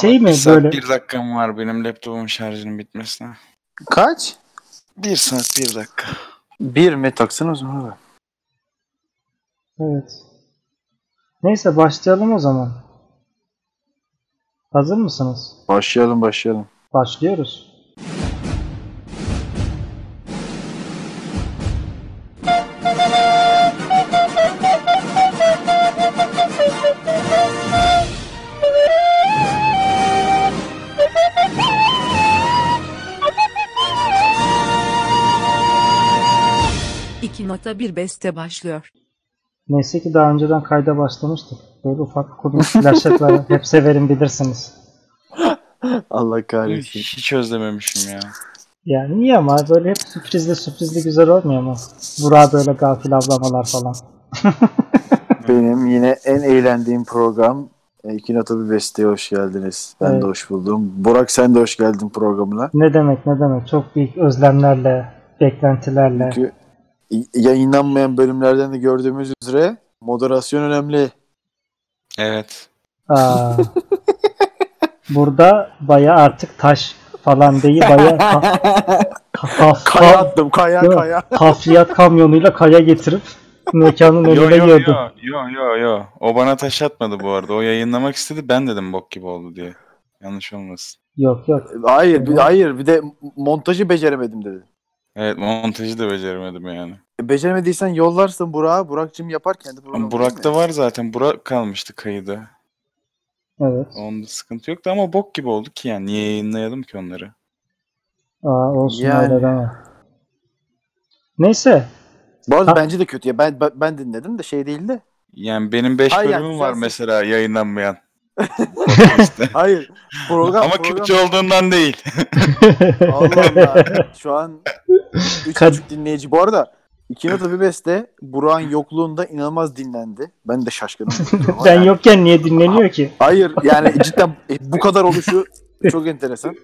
Şey mi bir saat, böyle- Bir dakikam var benim laptopumun şarjının bitmesine. Kaç? Bir saat bir dakika. Bir mi taksın o zaman abi. Evet. Neyse başlayalım o zaman. Hazır mısınız? Başlayalım başlayalım. Başlıyoruz. İki nota bir beste başlıyor. Neyse ki daha önceden kayda başlamıştık. Böyle ufak kudumuz flaşetler hep severim bilirsiniz. Allah şey. kahretsin. Hiç özlememişim ya. Yani niye ama böyle hep sürprizli sürprizli güzel olmuyor mu? Burak böyle gafil avlamalar falan. Benim yine en eğlendiğim program e, İki Nota Bir Beste'ye hoş geldiniz. Ben Evet. de hoş buldum. Burak sen de hoş geldin programına. Ne demek ne demek çok büyük özlemlerle, beklentilerle. Çünkü y- yayınlanmayan bölümlerden de gördüğümüz üzere moderasyon önemli. Evet. Aa. Burada baya artık taş falan değil baya ka- kaf- Kaya ka- attım kaya Değil mi? kaya. kafliyat kamyonuyla kaya getirip mekanın Yo önüne yo yo gördüm. yo yo yo. O bana taş atmadı bu arada. O yayınlamak istedi ben dedim bok gibi oldu diye. Yanlış olmasın. Yok yok. Hayır bir, hayır bir de montajı beceremedim dedi. Evet montajı da beceremedim yani. E, Beceremediysen yollarsın Burak'a. Burak'cığım yapar kendi programını. Ama Burak'ta var zaten. Burak kalmıştı kayıda. Evet. Onda sıkıntı yoktu ama bok gibi oldu ki yani. Niye yayınlayalım ki onları? Aa, olsun Yani. öyle deme. Neyse. Bu arada Ha. bence de kötü ya. Ben, ben, ben dinledim de şey değildi. Yani benim 5 Hayır, yani bölümüm var güzel- mesela yayınlanmayan. Hayır. Program, ama program. kötü olduğundan değil. Allah Allah. Şu an Kad- 3 dinleyici. Bu arada İki Nota Bir Beste Burak'ın yokluğunda inanılmaz dinlendi. Ben de şaşkınım. Ama ben yani- yokken niye dinleniyor ki? Hayır yani cidden e, bu kadar oluşu çok enteresan.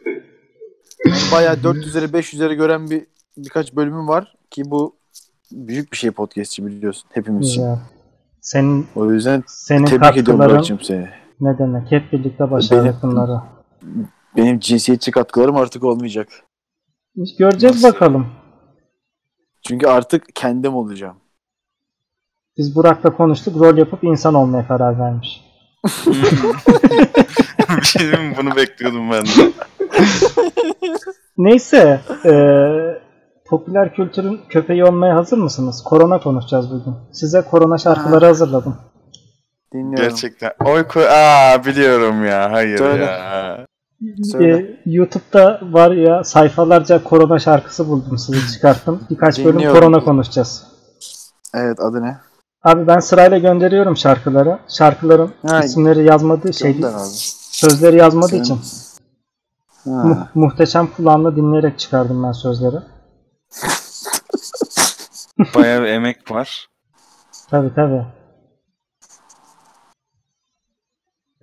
Bayağı 400'leri 500'leri gören bir birkaç bölümüm var ki bu büyük bir şey podcastçi biliyorsun hepimiz için. Güzel. Senin O yüzden senin tebrik ediyorum katkıların Burak'cığım seni. ne demek? Hep birlikte başardık Benim- bunları. Benim cinsiyetçi katkılarım artık olmayacak. Biz göreceğiz Nasıl? bakalım. Çünkü artık kendim olacağım. Biz Burak'la konuştuk. Rol yapıp insan olmaya karar vermiş. Bir şey diyeyim mi? Bunu bekliyordum ben de. Neyse. eee, popüler kültürün köpeği olmaya hazır mısınız? Korona konuşacağız bugün. Size korona şarkıları hazırladım. Dinliyorum. Gerçekten. Oy koy. Aa biliyorum ya. Hayır Söyle. ya. Söyle. Ee, YouTube'da var ya sayfalarca korona şarkısı buldum sizi çıkarttım. Birkaç bölüm Dinliyorum. korona konuşacağız. Evet adı ne? Abi ben sırayla gönderiyorum şarkıları. Şarkıların Ha, isimleri yazmadığı şey Gönder abi. sözleri yazmadığı Sen- için mu- Ha. muhteşem kulağımla dinleyerek çıkardım ben sözleri. Bayağı bir emek var. Tabi tabi.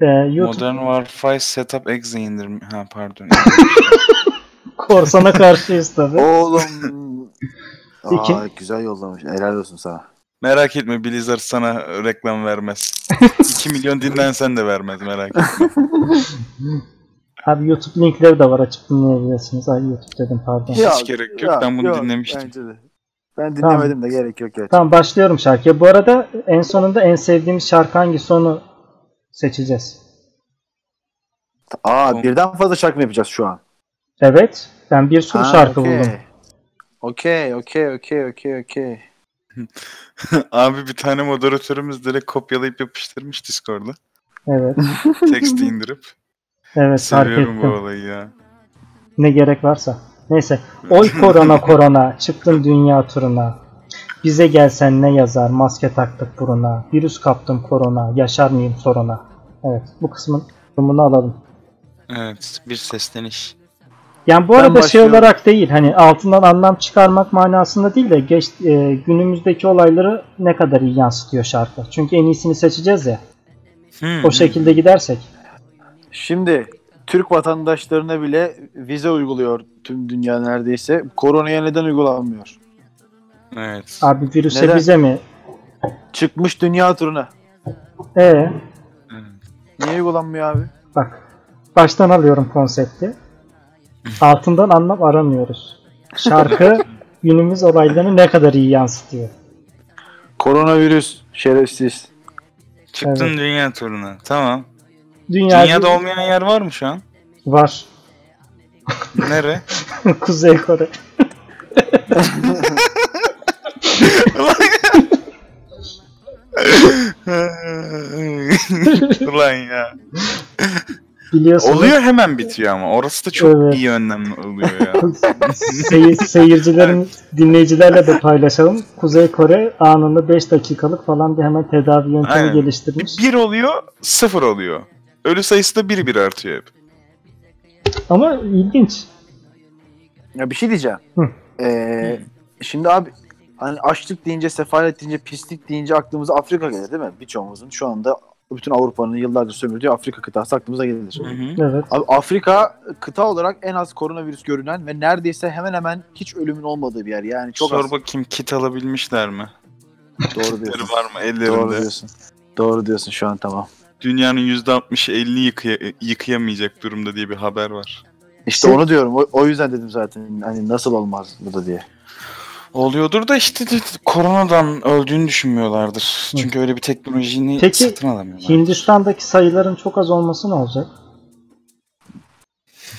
Ee, YouTube Modern Warfare Setup Exe indirme. Ha pardon. korsana karşıyız tabi. Oğlum. İki. Aa, güzel yollamış. Helal olsun sana. merak etme Blizzard sana reklam vermez. 2 milyon dinlensen de vermez merak etme. Abi YouTube linkleri de var açıp dinleyebilirsiniz. Ay YouTube dedim pardon. Ya, gerek yok. Ben bunu dinlemiştim. bence de. Ben dinlemedim de gerek yok gerçekten. Tamam başlıyorum şarkıya. Bu arada en sonunda en sevdiğimiz şarkı hangisi onu seçeceğiz. Aa birden fazla şarkı mı yapacağız şu an? Evet. Ben bir sürü Ha, şarkı okey. buldum. Okey, okey, okey, okey, okey. Abi bir tane moderatörümüz direkt kopyalayıp yapıştırmış Discord'a. Evet. Teksti indirip. Evet fark Seviyorum bu ettim. olayı ya. Ne gerek varsa. Neyse. Oy korona korona çıktım dünya turuna. Bize gelsen ne yazar maske taktık buruna. Virüs kaptım korona yaşar mıyım soruna. Evet bu kısmın durumunu alalım. Evet bir sesleniş. Yani bu Ben arada şey başlıyorum. olarak değil hani altından anlam çıkarmak manasında değil de geç, e, günümüzdeki olayları ne kadar iyi yansıtıyor şarkı. Çünkü en iyisini seçeceğiz ya. Hmm, O şey- şekilde gidersek. Şimdi Türk vatandaşlarına bile vize uyguluyor tüm dünya neredeyse. Koronaya neden uygulanmıyor? Evet. Abi virüse Neden? bize mi? Çıkmış dünya turuna. Ee, Niye uygulanmıyor abi? bak baştan alıyorum konsepti. Altından anlam aramıyoruz. Şarkı günümüz olaylarını ne kadar iyi yansıtıyor. Koronavirüs şerefsiz. Çıktın Evet. dünya turuna. Tamam. Dünya Dünyada olmayan yer var mı şu an? var. Nere? Kuzey Kore. Ulan ya. Biliyorsunuz. Oluyor hemen bitiyor ama. Orası da çok Evet. iyi önlem oluyor ya. Seyir, seyircilerin, dinleyicilerle de paylaşalım. Kuzey Kore anında 5 dakikalık falan bir hemen tedavi yöntemi Aynen. geliştirmiş. Bir oluyor, sıfır oluyor. Ölü sayısı da bir bir artıyor hep. Ama ilginç. Ya bir şey diyeceğim. Hı. Ee, şimdi abi hani açlık deyince, sefalet deyince, pislik deyince aklımıza Afrika gelir değil mi? Birçoğumuzun şu anda bütün Avrupa'nın yıllardır sömürdüğü Afrika kıtası aklımıza gelir. Evet. Abi Afrika kıta olarak en az koronavirüs görünen ve neredeyse hemen hemen hiç ölümün olmadığı bir yer. Yani çok Sor az. bakayım kit alabilmişler mi? Doğru Kitleri diyorsun. var mı Doğru ellerinde? diyorsun. Doğru diyorsun şu an tamam. Dünyanın %60'ı 50 yıkıya- yıkayamayacak durumda diye bir haber var. İşte onu diyorum. O, o yüzden dedim zaten hani nasıl olmaz bu da diye. Oluyordur da işte de- koronadan öldüğünü düşünmüyorlardır. Hı. Çünkü öyle bir teknolojini Peki, satın alamıyorlar. Hindistan'daki sayıların çok az olması ne olacak?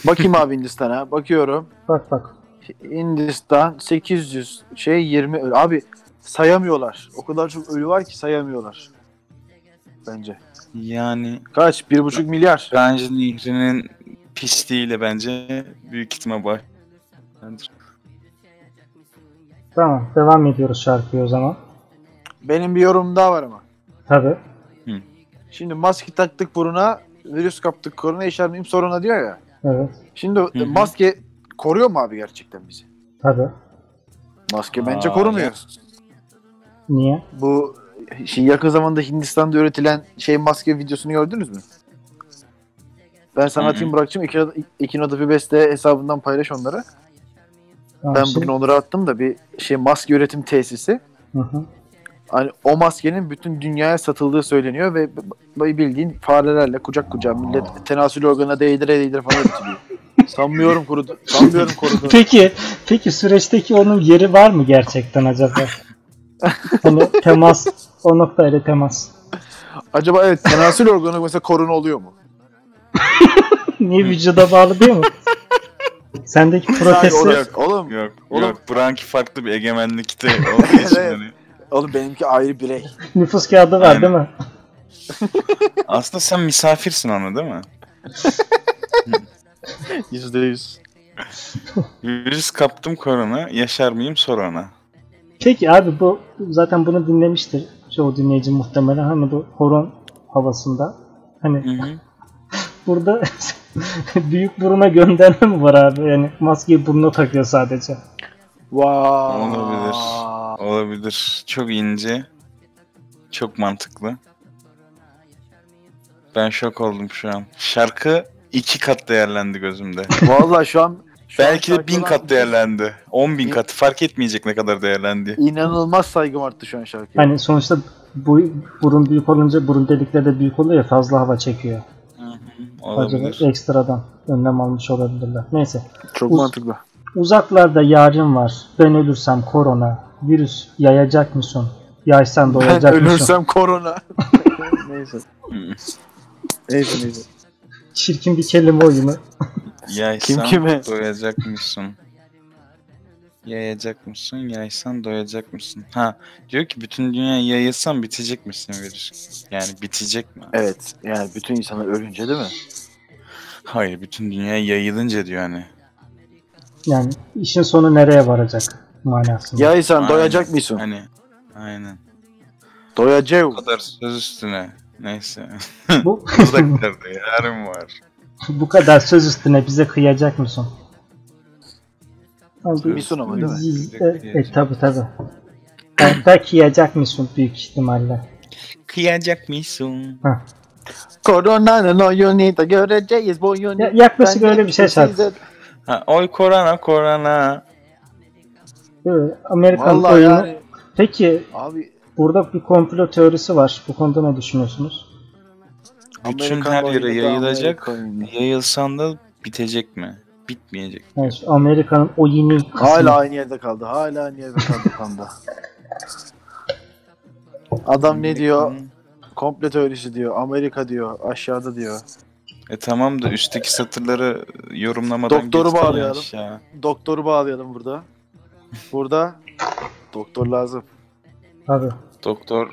Bakayım abi Hindistan'a. Bakıyorum. Bak bak. Hindistan 800 şey 20 ölü. Abi sayamıyorlar. O kadar çok ölü var ki sayamıyorlar. Bence. Yani Kaç? 1,5 milyar. Ganj Nehri'nin pisliğiyle bence büyük ihtimal baş. Tamam. Devam ediyoruz şarkıya o zaman. Benim bir yorum daha var ama. Tabii. Şimdi maske taktık buruna. Virüs kaptık korona yaşarmayayım soruna diyor ya. Evet. Şimdi hı. maske koruyor mu abi gerçekten bizi? Tabii. Maske bence Aa, korumuyor. Niye? Bu şimdi yakın zamanda Hindistan'da üretilen şey maske videosunu gördünüz mü? Ben sana Hı hı. atayım Burak'cığım. Ekin- Ekin Odafibeste hesabından paylaş onları. Tamam, Ben şimdi- bugün onları attım da bir şey maske üretim tesisi. Hı hı. Hani o maskenin bütün dünyaya satıldığı söyleniyor ve b- b- bildiğin farelerle kucak kucağa millet tenasül organına değdire değdire falan üretiliyor. sanmıyorum kurudu. Sanmıyorum kurudu. Peki, peki süreçteki onun yeri var mı gerçekten acaba? hani temas, o noktayla temas. Acaba evet tenasül organı mesela korona oluyor mu? Niye vücuda bağlı değil mi? Sendeki Hayır, protest orası- Oğlum, Yok, Oğlum- yok. Branki farklı bir egemenlikte olduğu için Evet. hani. oğlum benimki ayrı birey. nüfus kağıdı var değil mi? Aslında sen misafirsin ona değil mi? Yüzde yüz. Virüs kaptım korona, yaşar mıyım sor ona. Peki abi bu zaten bunu dinlemiştir çoğu dinleyici muhtemelen hani bu horon havasında. Hani Hı hı. burada büyük buruna gönderme mi var abi? Yani maskeyi burnuna takıyor sadece. Vay. Olabilir. Olabilir. Çok ince. Çok mantıklı. Ben şok oldum şu an. Şarkı iki kat değerlendi gözümde. Vallahi şu an şu Belki an de bin şarkıdan kat değerlendi. On bin İ- kat. Fark etmeyecek ne kadar değerlendi. İnanılmaz saygım arttı şu an şarkıya. Hani sonuçta bu burun büyük olunca burun delikleri de büyük oluyor ya fazla hava çekiyor. Olabilir. Acaba ekstradan önlem almış olabilirler. Neyse. Çok Uz- mantıklı. Uzaklarda yarim var. Ben ölürsem korona. Virüs yayacak mısın? Yaysan Ben doyacak mısın? ölürsem korona. neyse. Hmm. Neyse neyse. Çirkin bir kelime oyunu. Yaysan Kim kime? doyacak mısın? Yayacak mısın? Yaysan doyacak mısın? Ha diyor ki bütün dünya yayılsan bitecek misin virüs? Yani bitecek mi? Evet yani bütün insanlar ölünce değil mi? Hayır bütün dünya yayılınca diyor hani. Yani işin sonu nereye varacak manasında. Ya insan Aynen. doyacak mısın? Hani aynen. Doyacağım. Bu kadar söz üstüne. Neyse. Bu, Uzaklarda yarım var. bu kadar söz üstüne bize kıyacak mısın? Abi, Söz Misun ama üstüne değil mi? Ziz- bize E, e, kıyacak. tabi tabi. Hatta kıyacak mısın büyük ihtimalle. Kıyacak mısın? Koronanın oyunu da göreceğiz boyunu. Ya- yaklaşık Ben öyle bir şey size- şarkı. Ha, oy korona korona. Böyle Ee, Amerikan Vallahi oyunu. yani. Peki Abi burada bir komplo teorisi var. Bu konuda ne düşünüyorsunuz? Bütün Amerikan her yere oyunu da yayılacak. Amerikan oyunu. Yayılsan da bitecek mi? Bitmeyecek. Yani şu Amerika'nın o yeni kısmı. Hala aynı yerde kaldı. Hala aynı yerde kaldı panda. Adam ne diyor? Komple teorisi diyor. Amerika diyor. Aşağıda diyor. E tamam da üstteki satırları yorumlamadan Doktoru geçtin ya bağlayalım. aşağı. Doktoru bağlayalım burada. Burada doktor lazım. Tabii. Doktor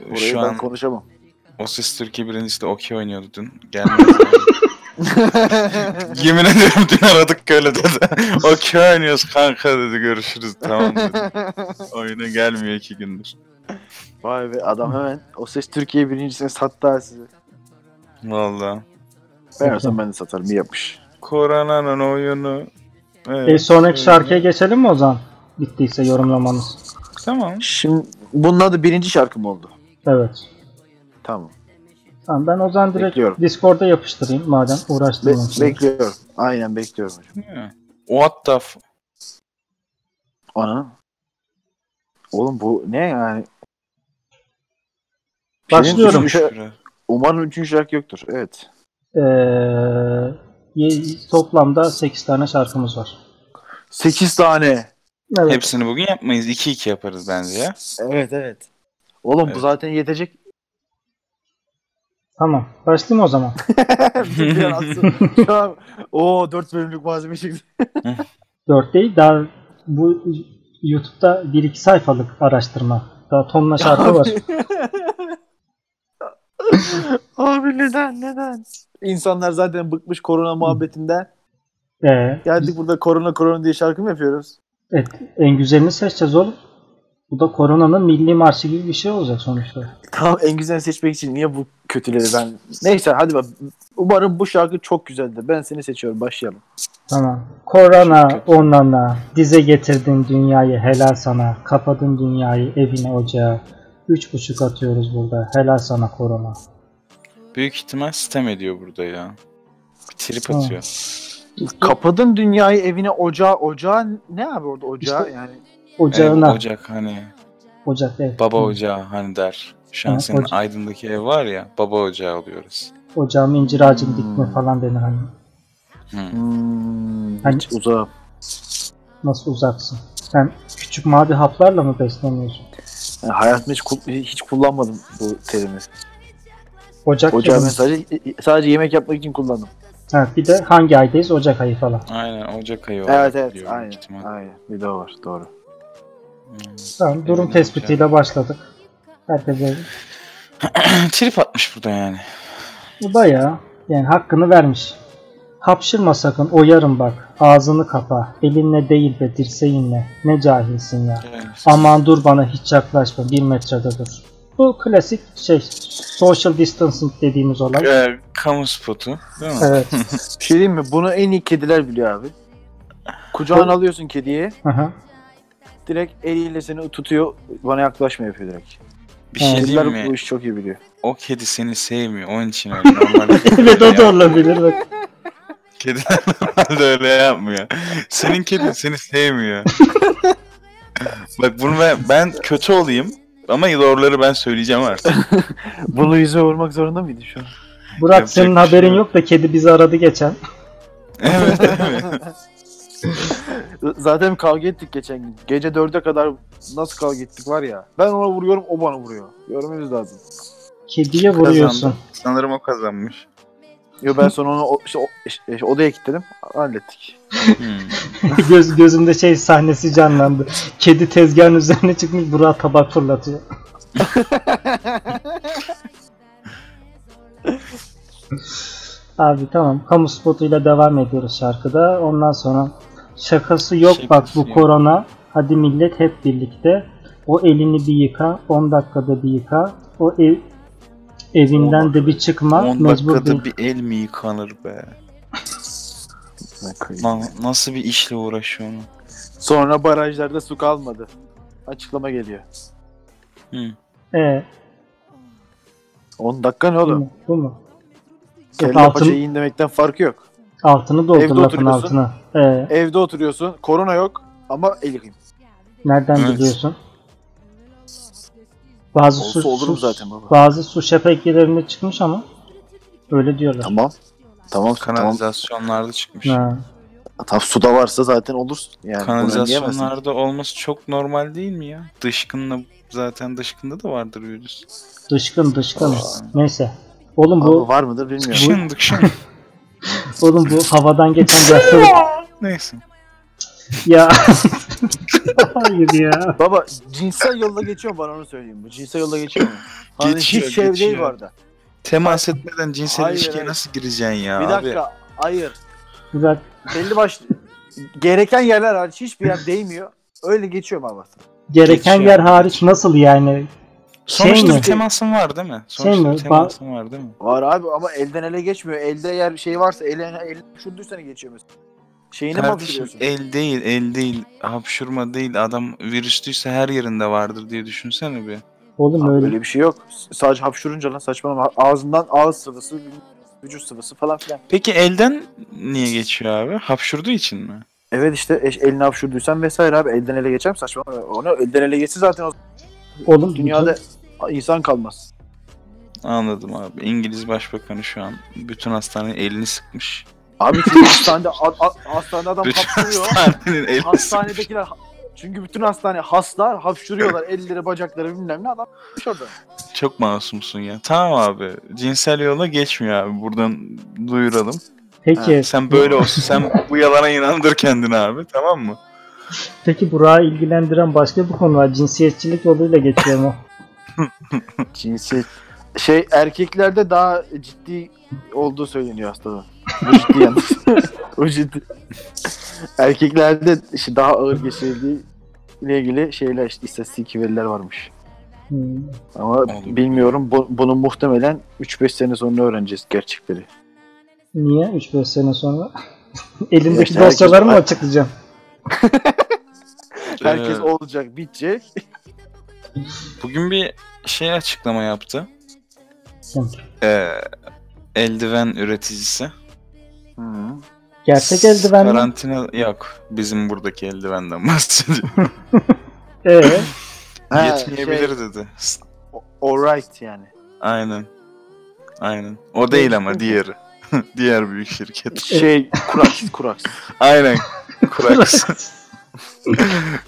e, Burayı şu ben an konuşamam. O Ses Türkiye birincisi de okey oynuyordu dün. Gelmedi. Yemin ediyorum dün aradık öyle dedi. okey oynuyoruz kanka dedi görüşürüz tamam dedi. Oyuna gelmiyor iki gündür. Vay be adam hemen o ses Türkiye birincisine sattı ha sizi. Valla. Ben olsam ben de satarım. İyi yapmış. Koronanın oyunu. Evet, E, sonraki öyle. şarkıya geçelim mi o zaman? Bittiyse yorumlamanız. Tamam. Şimdi bunun adı birinci şarkım oldu. Evet. Tamam. Tamam ben o zaman direkt Bekliyorum. Discord'a yapıştırayım madem Be- uğraştırmam. sizi. bekliyorum. Aynen bekliyorum. hocam. Ya. What the f- Ana. Oğlum bu ne yani? Başlıyorum. Üçüncü şarkı- Umarım üçüncü şarkı yoktur. Evet. Ee, ye- toplamda 8 tane şarkımız var. Sekiz tane. Evet. Hepsini bugün yapmayız. 2-2 yaparız bence ya. Evet evet. Oğlum Evet. bu zaten yetecek. Tamam. Başlayayım o zaman. Bizim bir an atsın. Şu an- Oo 4 bölümlük malzeme çıktı. 4 değil. Daha bu YouTube'da 1-2 sayfalık araştırma. Daha tonla şarkı var. Abi neden neden? İnsanlar zaten bıkmış korona muhabbetinden. Ee, Geldik burada korona korona diye şarkı mı yapıyoruz? evet, en güzelini seçeceğiz oğlum. Bu da koronanın milli marşı gibi bir şey olacak sonuçta. Tamam en güzelini seçmek için niye bu kötüleri ben? Neyse hadi bak. Umarım bu şarkı çok güzeldir. Ben seni seçiyorum. Başlayalım. Tamam. Korona onana dize getirdin dünyayı helal sana. Kapadın dünyayı evine ocağa. Üç buçuk atıyoruz burada. Helal sana korona. Büyük ihtimal sitem ediyor burada ya. Bir trip Tamam. atıyor. Kapadın dünyayı evine ocağa. Ocağa ne abi orada ocağa İşte- yani? Ocağına. Ev, ocak hani. Ocak evet. Baba ocağı hani der. Şu an Ha, senin oca- Aydın'daki ev var ya. Baba ocağı alıyoruz. Ocağımı incir ağacını dikme Hmm. falan denir hani. Hı. Hmm, Hani- hiç uzağa. Nasıl uzaksın? Sen küçük mavi haplarla mı besleniyorsun? Yani hayatımda hiç, kul- hiç kullanmadım bu terimi. Ocak Ocağı ben kelimesi. sadece, sadece yemek yapmak için kullandım. Ha, bir de hangi aydayız? Ocak ayı falan. Aynen Ocak ayı olarak Evet evet diyor aynen. büyük ihtimal. Aynen. Bir de o var doğru. Tamam, durum Eyvallah. tespitiyle başladık. Herkese Trip atmış burada yani. bu da ya. Yani hakkını vermiş. Hapşırma sakın oyarım bak. Ağzını kapa. Elinle değil de dirseğinle. Ne cahilsin ya. Aman dur bana hiç yaklaşma. Bir metrede dur. Bu klasik şey. Social distancing dediğimiz olay. Ee, kamu spotu değil mi? Evet. Bir şey diyeyim mi? Bunu en iyi kediler biliyor abi. Kucağına alıyorsun kediyi. Hı hı. Direkt eliyle seni tutuyor. Bana yaklaşma yapıyor direkt. Bir şey Kediler diyeyim mi? bu işi çok iyi biliyor. O kedi seni sevmiyor. Onun için öyle. Normalde evet o da olabilir. Bak. Kedi normalde öyle yapmıyor. Senin kedin seni sevmiyor. Bak bunu ben, ben kötü olayım. Ama doğruları ben söyleyeceğim artık. Bunu yüzüme vurmak zorunda mıydı şu an? Burak Yapacak senin bir şey haberin yok. yok da kedi bizi aradı geçen. evet değil mi? Zaten kavga ettik geçen gün. Gece dörde kadar nasıl kavga ettik var ya. Ben ona vuruyorum o bana vuruyor. Görmemiz lazım. Kediye vuruyorsun. Kazandı. Sanırım o kazanmış. Yo ben sonra onu o- işte, o, işte odaya kilitledim. Hallettik. Hmm. Göz, gözümde şey sahnesi canlandı. Kedi tezgahın üzerine çıkmış Burak'a tabak fırlatıyor. Abi tamam kamu spotuyla devam ediyoruz şarkıda. Ondan sonra şakası yok bak Şakası bu yok. korona. Hadi millet hep birlikte. O elini bir yıka. 10 dakikada bir yıka. O ev, evinden de bir çıkma. 10 Mecbur değil. dakikada bir el mi yıkanır be? Lan nasıl bir işle uğraşıyor onu? Sonra barajlarda su kalmadı. Açıklama geliyor. Hmm. Ee, 10 dakika ne bu oğlum? mu? Bu mu? Kelle Altın- paçayı in demekten farkı yok. Altını doldur Evde lafın oturuyorsun. altına. Ee, Evde oturuyorsun. Korona yok ama el yıkayım. nereden Evet. biliyorsun? Bazı Olsa su, olurum su, zaten baba. bazı su şebekelerini çıkmış ama Öyle diyorlar. Tamam. Tamam. Tamam. Kanalizasyonlarda çıkmış. Ha. Tamam suda varsa zaten olursun. Yani bunu diyemezsin. Kanalizasyonlarda olması çok normal değil mi ya? Dışkınla zaten dışkında da vardır virüs. Dışkın dışkın. Aa. Neyse. Oğlum Ama bu var mıdır bilmiyorum. Dışkın dışkın. oğlum bu havadan geçen yaşlı Neyse. ya. Hayır ya. Baba cinsel yolla geçiyor mu bana onu söyleyeyim. Bu cinsel yolla geçiyor mu? Hani Geçiyor, hiç şey değil geçiyor. bu arada. Temas etmeden cinsel Hayır, ilişkiye hayır. nasıl gireceksin ya bir abi? dakika. Hayır. Bir dakika. Belli başlı. gereken yerler hariç hiçbir yer değmiyor. Öyle geçiyor baba. Gereken Geçiyor. yer hariç nasıl yani? Sonuçta Şey mi? Şey bir temasın var değil mi? Sonuçta mi? bir Ba- temasın var değil mi? Var abi ama elden ele geçmiyor. Elde eğer şey varsa ele ele şunduysa geçiyor mesela. Şeyini mi Kardeşim hapşırıyorsun? el değil, el değil, hapşurma değil. Adam virüslüyse her yerinde vardır diye düşünsene bir. Oğlum Abi öyle. Öyle bir şey yok. S- Sadece hapşurunca lan saçmalama. Ağzından ağız sıvısı, vücut sıvısı falan filan. Peki elden niye geçiyor abi? Hapşurduğu için mi? Evet işte eş- elini hapşurduysan vesaire abi elden ele geçer mi saçmalama. Onu elden ele geçse zaten o Oğlum dünyada insan kalmaz. Anladım abi. İngiliz Başbakanı şu an bütün hastanenin elini sıkmış. Abi çünkü hastanede, a- a- hastanede adam Bütün hapşırıyor. hastanenin elini sıkmış. Hastanedekiler ha- çünkü bütün hastane hastalar hapşırıyorlar. Elleri, bacakları bilmem ne adam hapşırdı. Çok masumsun ya. Tamam abi. Cinsel yola geçmiyor abi. Buradan duyuralım. Peki, Ha, sen böyle olsun. Sen bu yalana inandır kendini abi. Tamam mı? peki Burak'ı ilgilendiren başka bir konu var. Cinsiyetçilik yoluyla geçiyor mu? Cinsiyet. Şey erkeklerde daha ciddi olduğu söyleniyor hastalığın. Bu ciddi yalnız. o ciddi. Erkeklerde işte daha ağır geçirildiği ile ilgili şeyler işte istatistik veriler varmış. Hmm. Ama Oğlum. bilmiyorum bu, bunu muhtemelen 3-5 sene sonra öğreneceğiz gerçekleri. Niye? 3-5 sene sonra. Elindeki İşte herkes- dosyaları mı açıklayacağım? Herkes Ee, olacak, bitecek. Bugün bir şey açıklama yaptı. Kim? Ee, eldiven üreticisi. Hmm. Gerçek eldiven mi? Karantina yok. Bizim buradaki eldivenden bahsediyor. Ee, Ha, Yetmeyebilir şey, dedi. S- Alright yani. Aynen. Aynen. O değil ama diğeri. Diğer büyük şirket. Şey kuraks kuraks. Aynen. Kurax.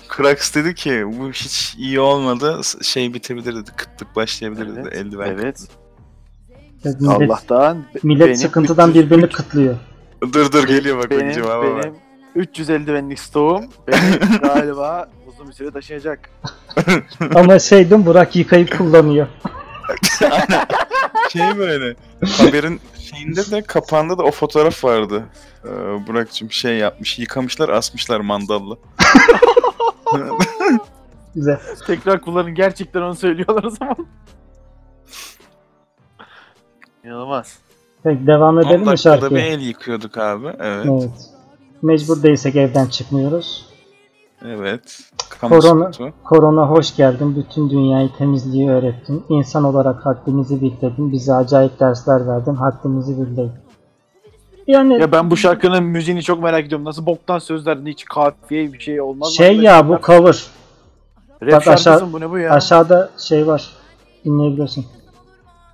Kurax dedi ki bu hiç iyi olmadı. S- Şey bitebilir dedi. Kıtlık başlayabilir dedi. Evet, Eldiven. Evet. Ya millet, Allah'tan be- millet benim sıkıntıdan 300 birbirini kıtlıyor. Dur dur geliyor bak. benim, Benim, cevaba bak. benim 350 benlik stoğum beni galiba uzun bir süre taşıyacak. Ama şey değil mi? Burak yıkayıp kullanıyor. Şey böyle. Haberin şeyinde de kapağında da o fotoğraf vardı. Ee, Burak'cığım şey yapmış. Yıkamışlar asmışlar mandalla. Güzel. Tekrar kullanın gerçekten onu söylüyorlar o zaman. İnanılmaz. Peki devam 10 edelim mi dakikada bir şarkıya? el yıkıyorduk abi. Evet. Evet. Mecbur değilsek evden çıkmıyoruz. Evet. Kamu Korona- spotu. Korona hoş geldin, bütün dünyayı temizliği öğrettin. İnsan olarak haddimizi bildirdin, bize acayip dersler verdin, haddimizi bildirdin. Yani Ya ben bu şarkının müziğini çok merak ediyorum. Nasıl boktan sözler hiç kafiye bir şey olmaz. mı? şey ya bu cover. Rap bak şarkısı aşağı- mı bu ne bu ya? Aşağıda şey var. Dinleyebilirsin.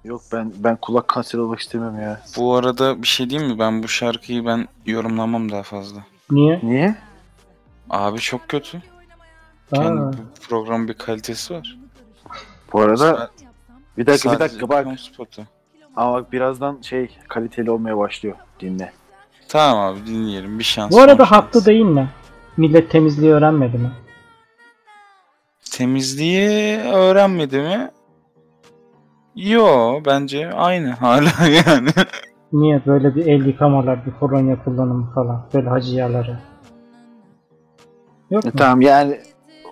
Yok ben ben kulak kanseri olmak istemem ya. Bu arada bir şey diyeyim mi? Ben bu şarkıyı ben yorumlamam daha fazla. Niye? Niye? Abi çok kötü. Yani Aa, bu programın bir kalitesi var. Bu arada Sa- bir dakika bir sadece dakika bak. kamu spotu. Ama bak birazdan şey kaliteli olmaya başlıyor. Dinle. Tamam abi dinleyelim. Bir şans. bu son arada şans. haklı değil mi? Millet temizliği öğrenmedi mi? Temizliği öğrenmedi mi? Yo bence aynı hala yani. Niye böyle bir el yıkamalar, bir kolonya kullanımı falan, böyle hacı yerleri? Yok E, mu? tamam yani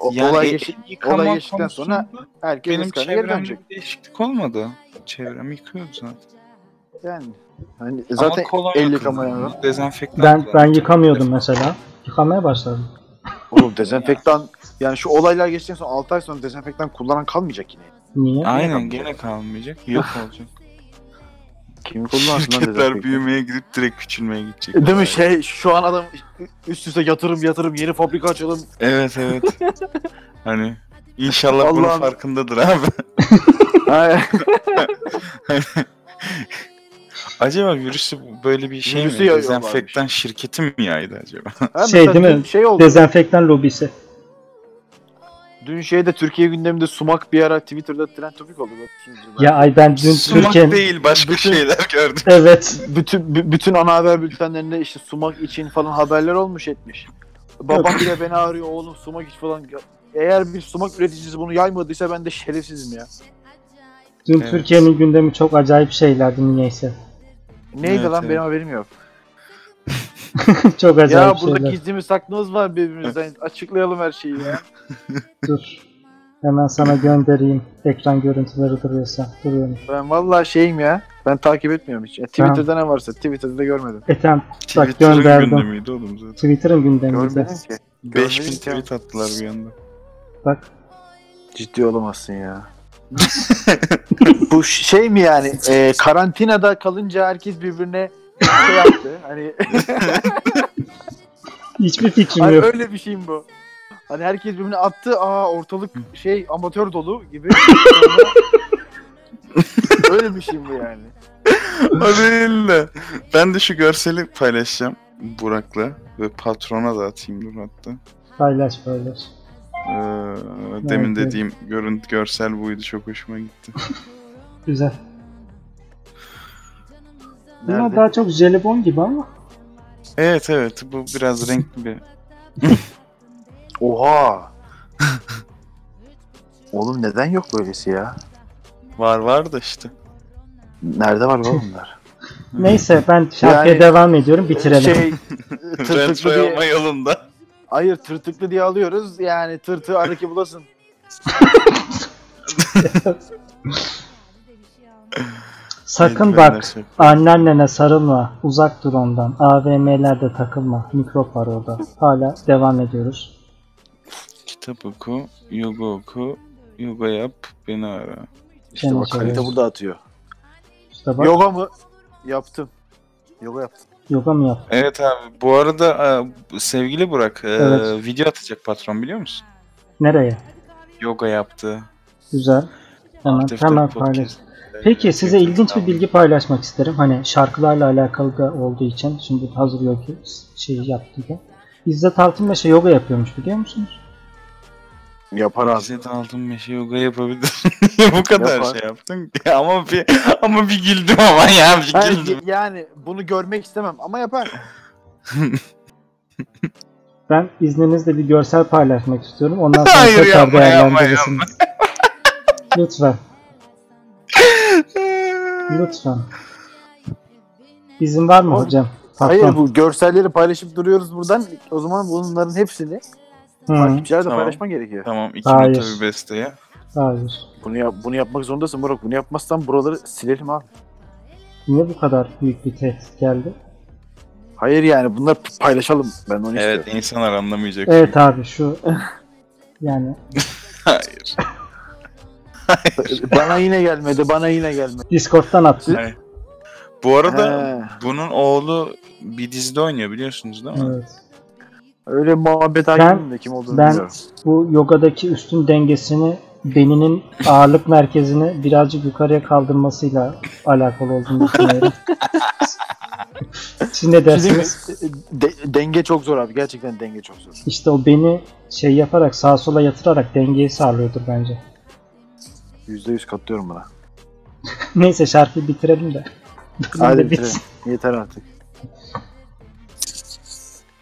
o, yani olay el- geçti. el yıkama olay geçtikten konusunda Herkes benim eskiden geri çevremde dönecek. bir değişiklik olmadı. Çevrem yıkıyordu zaten. Yani. Hani Zaten zaten Ama kolonya el kullandım, yıkamaya Dezenfektan Ben ben kullandım. yıkamıyordum mesela. Yıkamaya başladım. Oğlum dezenfektan yani şu olaylar geçtikten sonra 6 ay sonra dezenfektan kullanan kalmayacak yine. Niye? Aynen gene kalmayacak. Yok Ah, olacak. Kim kullansın lan Şirketler dezenfektan? büyümeye gidip direkt küçülmeye gidecek. Değil mi şey şu an adam üst üste yatırım yatırım yeni fabrika açalım. Evet evet. hani inşallah bunun Allah'ım. farkındadır abi. Ha, Acaba virüsü böyle bir şey Virüsü mi? yayıyorlarmış. Dezenfektan şirketi mi yaydı acaba? Ha, Şey mesela değil dün mi? Şey oldu. Dezenfektan lobisi. Dün şeyde Türkiye gündeminde sumak bir ara Twitter'da trend topik oldu. Ya ay ben dün Sumak Türkiye'nin... değil başka şeyler gördüm. Evet. bütün b- bütün ana haber bültenlerinde işte sumak için falan haberler olmuş etmiş. Babam bile beni arıyor oğlum sumak iç falan. Ya, Eğer bir sumak üreticisi bunu yaymadıysa ben de şerefsizim ya. Dün Evet. Türkiye'nin gündemi çok acayip şeylerdi niyeyse. Neydi Evet, lan evet. benim haberim yok. çok acayip ya burada şeyler. gizlimiz saklımız var birbirimizden. Açıklayalım her şeyi ya. Dur. Hemen sana göndereyim. Ekran görüntüleri duruyorsa. Duruyorum. Ben vallahi şeyim ya. Ben takip etmiyorum hiç. Ya, Twitter'da ne varsa Twitter'da da görmedim. Eten E, bak Twitter'ın gönderdim. gündemiydi oğlum zaten. Twitter'ın gündeminde. Görmedim ki. 5000 Görmedim ki. tweet attılar bir anda. Bak. Ciddi olamazsın ya. Bu şey mi yani e, karantinada kalınca herkes birbirine şey yaptı. Hani Hiçbir fikrim Hani yok. öyle bir şeyim bu. Hani herkes birbirine attı. Aa ortalık şey amatör dolu gibi. öyle bir şeyim bu yani. o değil de. Ben de şu görseli paylaşacağım Burak'la. Ve patrona da atayım dur hatta. Paylaş paylaş. Ee, demin Evet, evet. dediğim görüntü görsel buydu çok hoşuma gitti. Güzel. Bunlar Nerede? daha çok jelibon gibi ama. Evet evet bu biraz renkli bir. Oha. Oğlum neden yok böylesi ya? Var var da işte. Nerede var oğlum bunlar? Neyse ben şarkıya Hmm. Yani- devam ediyorum bitirelim. Şey tırtıklı Transfer olma diye, yolunda. hayır tırtıklı diye alıyoruz. Yani tırtığı aradaki bulasın. Şey Sakın Evet, bak beyler, şey- anneannene sarılma. Uzak dur ondan. AVM'lerde takılma. Mikrop var orada. Hala devam ediyoruz. Kitap oku, yoga oku, yoga yap, beni ara. İşte Kenan bak Şener. kalite burada atıyor. İşte bak Yoga mı? Yaptım. Yoga yaptım. yoga mı yap? Evet abi bu arada e, sevgili Burak e, Evet. video atacak patron biliyor musun? Nereye? Yoga yaptı. Güzel. Hemen, Defter hemen podcast. paylaş. Peki size Evet, ilginç bir tamam. bilgi paylaşmak isterim. Hani şarkılarla alakalı da olduğu için şimdi hazır yoga şeyi yaptım ya. İzzet Altınmeşe yoga yapıyormuş biliyor musunuz? Yapar abi. Bize de aldığın meşe yoga yapabilir. bu kadar Yapar. şey yaptın ki ama bir ama bir güldüm ama ya bir Hayır, güldüm. yani bunu görmek istemem ama yapar. Ben izninizle bir görsel paylaşmak istiyorum. Ondan sonra Hayır, tekrar yapma, yapma, değerlendirirsiniz. Lütfen. Lütfen. İzin var mı Oğlum, hocam? Hayır Patron. bu görselleri paylaşıp duruyoruz buradan. O zaman bunların hepsini Hı, takipçilerle Tamam. paylaşman gerekiyor. Tamam iki Hayır. nota bir besteye. hayır. Bunu yap, bunu yapmak zorundasın Burak. Bunu yapmazsan buraları silelim abi. Niye bu kadar büyük bir tehdit geldi? Hayır yani bunları paylaşalım. Ben onu Evet istiyorum. insanlar anlamayacak. Evet abi şu yani Hayır. bana yine gelmedi. Bana yine gelmedi. Discord'dan attı. Hayır. Bu arada He, bunun oğlu bir dizide oynuyor biliyorsunuz değil mi? Evet. öyle muhabbet Ben- hakim de kim olduğunu ben- bilmiyorum. bu yogadaki üstün dengesini beninin ağırlık merkezini birazcık yukarıya kaldırmasıyla alakalı olduğunu düşünüyorum. Şey Siz ne şey Şimdi, dersiniz? de- denge çok zor abi. Gerçekten denge çok zor. İşte o beni şey yaparak sağa sola yatırarak dengeyi sağlıyordur bence. %100 katlıyorum buna. Neyse şarkıyı bitirelim de. Hadi Hadi bitirelim. bit. Yeter artık.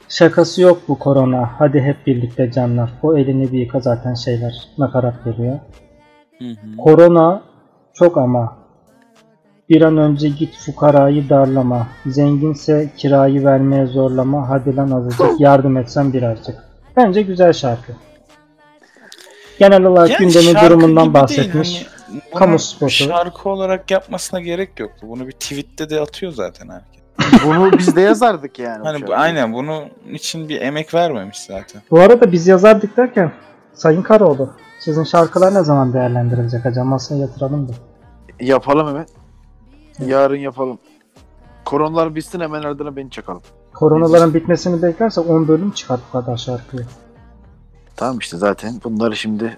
Şakası yok bu korona. Hadi hep birlikte canlar. O elini bir yıka zaten şeyler. Nakarat veriyor. Hı hı. Korona çok ama. Bir an önce git fukarayı darlama. Zenginse kirayı vermeye zorlama. Hadi lan azıcık yardım etsen birazcık. Bence güzel şarkı. Genel olarak Yani gündemin şarkı durumundan gibi bahsetmiş. değil, hani bunu Kamu spotu. Şarkı olarak yapmasına gerek yoktu. Bunu bir tweette de atıyor zaten herkes. Bunu biz de yazardık yani. bu Hani bu, şarkıyı. aynen bunun için bir emek vermemiş zaten. Bu arada biz yazardık derken Sayın Karoğlu sizin şarkılar ne zaman değerlendirilecek acaba? Masaya yatıralım da. Yapalım hemen. Yarın yapalım. Koronlar bitsin hemen ardına beni çakalım. Koronaların bitmesini beklerse 10 bölüm çıkar bu kadar şarkıyı. Tamam işte zaten bunları şimdi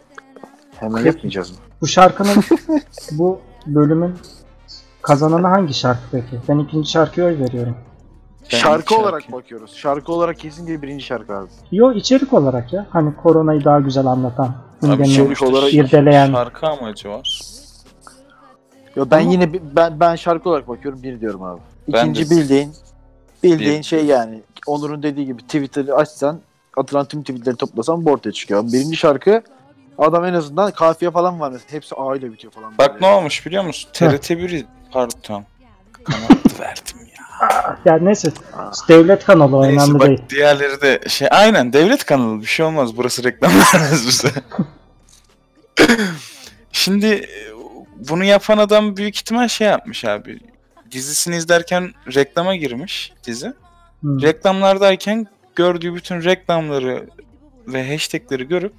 hemen Klip- yapmayacağız mı? Bu şarkının bu bölümün Kazananı hangi şarkı peki? Ben ikinci şarkıya oy veriyorum. şarkı şarkı. olarak bakıyoruz. Şarkı olarak kesinlikle birinci şarkı abi. Yo içerik olarak ya. Hani koronayı daha güzel anlatan. gündemi içerik olarak- irdeleyen. Şarkı amacı var. Yo, ben Ama- yine bi- ben ben şarkı olarak bakıyorum bir diyorum abi. Ben de- İkinci bildiğin bildiğin Bir. şey yani Onur'un dediği gibi Twitter'ı açsan atılan tüm tweetleri toplasan bu ortaya çıkıyor. Birinci şarkı adam en azından kafiye falan var mesela. Hepsi A ile bitiyor falan. Bak böyle. ne olmuş biliyor musun? TRT1 pardon. Kanal verdim ya. Ya neyse Aa. devlet kanalı o Neyse önemli bak değil. diğerleri de şey aynen devlet kanalı bir şey olmaz burası reklam vermez bize. Şimdi e, bunu yapan adam büyük ihtimal şey yapmış abi. Dizisini izlerken reklama girmiş dizi. Hı. Reklamlardayken gördüğü bütün reklamları ve hashtagleri görüp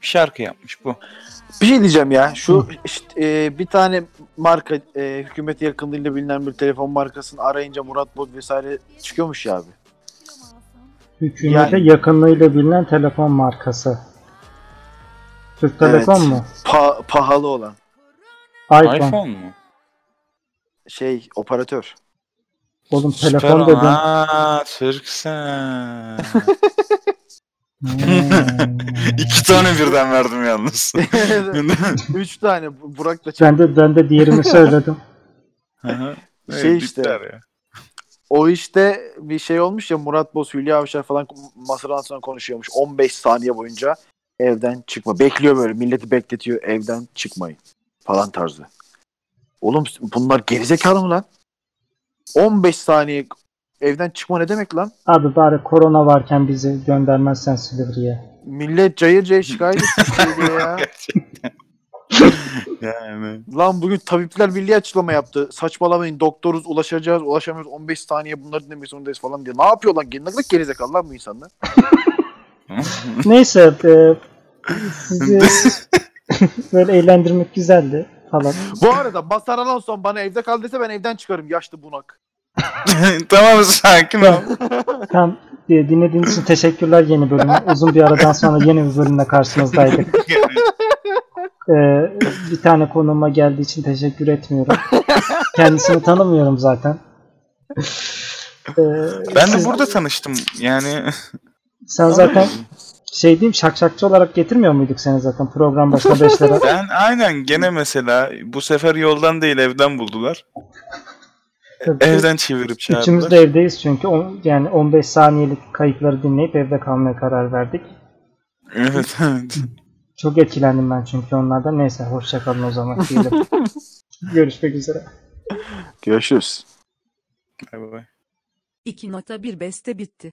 şarkı yapmış bu. Bir şey diyeceğim ya. Şu işte, e, bir tane marka e, hükümete yakınlığıyla bilinen bir telefon markasını arayınca Murat Bot vesaire çıkıyormuş ya abi. Hükümete yakınlığıyla bilinen telefon markası. Türk Telekom Evet. mu? Pa- pahalı olan iPhone. iPhone, mu? şey operatör. Oğlum Süper telefon ama. dedim. Ha, Türksen. Hmm. İki tane birden verdim yalnız. Üç tane Bu- Burak da ben de ben de diğerini söyledim. Aha. Ee, Evet, Şey işte. dipler ya. O işte bir şey olmuş ya Murat Boz, Hülya Avşar falan masadan sonra konuşuyormuş. 15 saniye boyunca evden çıkma. Bekliyor böyle. Milleti bekletiyor. Evden çıkmayın. Falan tarzı. Oğlum bunlar gerizekalı mı lan? 15 saniye evden çıkma ne demek lan? Abi bari korona varken bizi göndermezsen Silivri'ye. Millet cayır cayır şikayet etmiş şey diye ya. Yani. Lan bugün Tabipler Birliği açıklama yaptı. Saçmalamayın doktoruz ulaşacağız ulaşamıyoruz 15 saniye bunları dinlemek zorundayız falan diye. Ne yapıyor lan? Ne kadar gerizekalı lan bu insanlar? Neyse e, sizi böyle eğlendirmek güzeldi falan. Bu arada Basar Alanson bana evde kal dese ben evden çıkarım yaşlı bunak. tamam sakin ol. Tam e, dinlediğiniz için teşekkürler yeni bölüm. Uzun bir aradan sonra yeni bir bölümle karşınızdaydık. Ee, bir tane konuma geldiği için teşekkür etmiyorum. Kendisini tanımıyorum zaten. Ee, ben de siz- burada tanıştım. Yani Sen zaten şey diyeyim şakşakçı olarak getirmiyor muyduk seni zaten program başına 5 lira? ben aynen gene mesela bu sefer yoldan değil evden buldular. Evden şey çevirip Üçümüz çağırdılar. de evdeyiz çünkü on, yani 15 saniyelik kayıpları dinleyip evde kalmaya karar verdik. Evet evet. Çok etkilendim ben çünkü onlardan. Neyse hoşçakalın o zaman. diyelim. Görüşmek üzere. Görüşürüz. Bay bay. 2.1 beste bitti.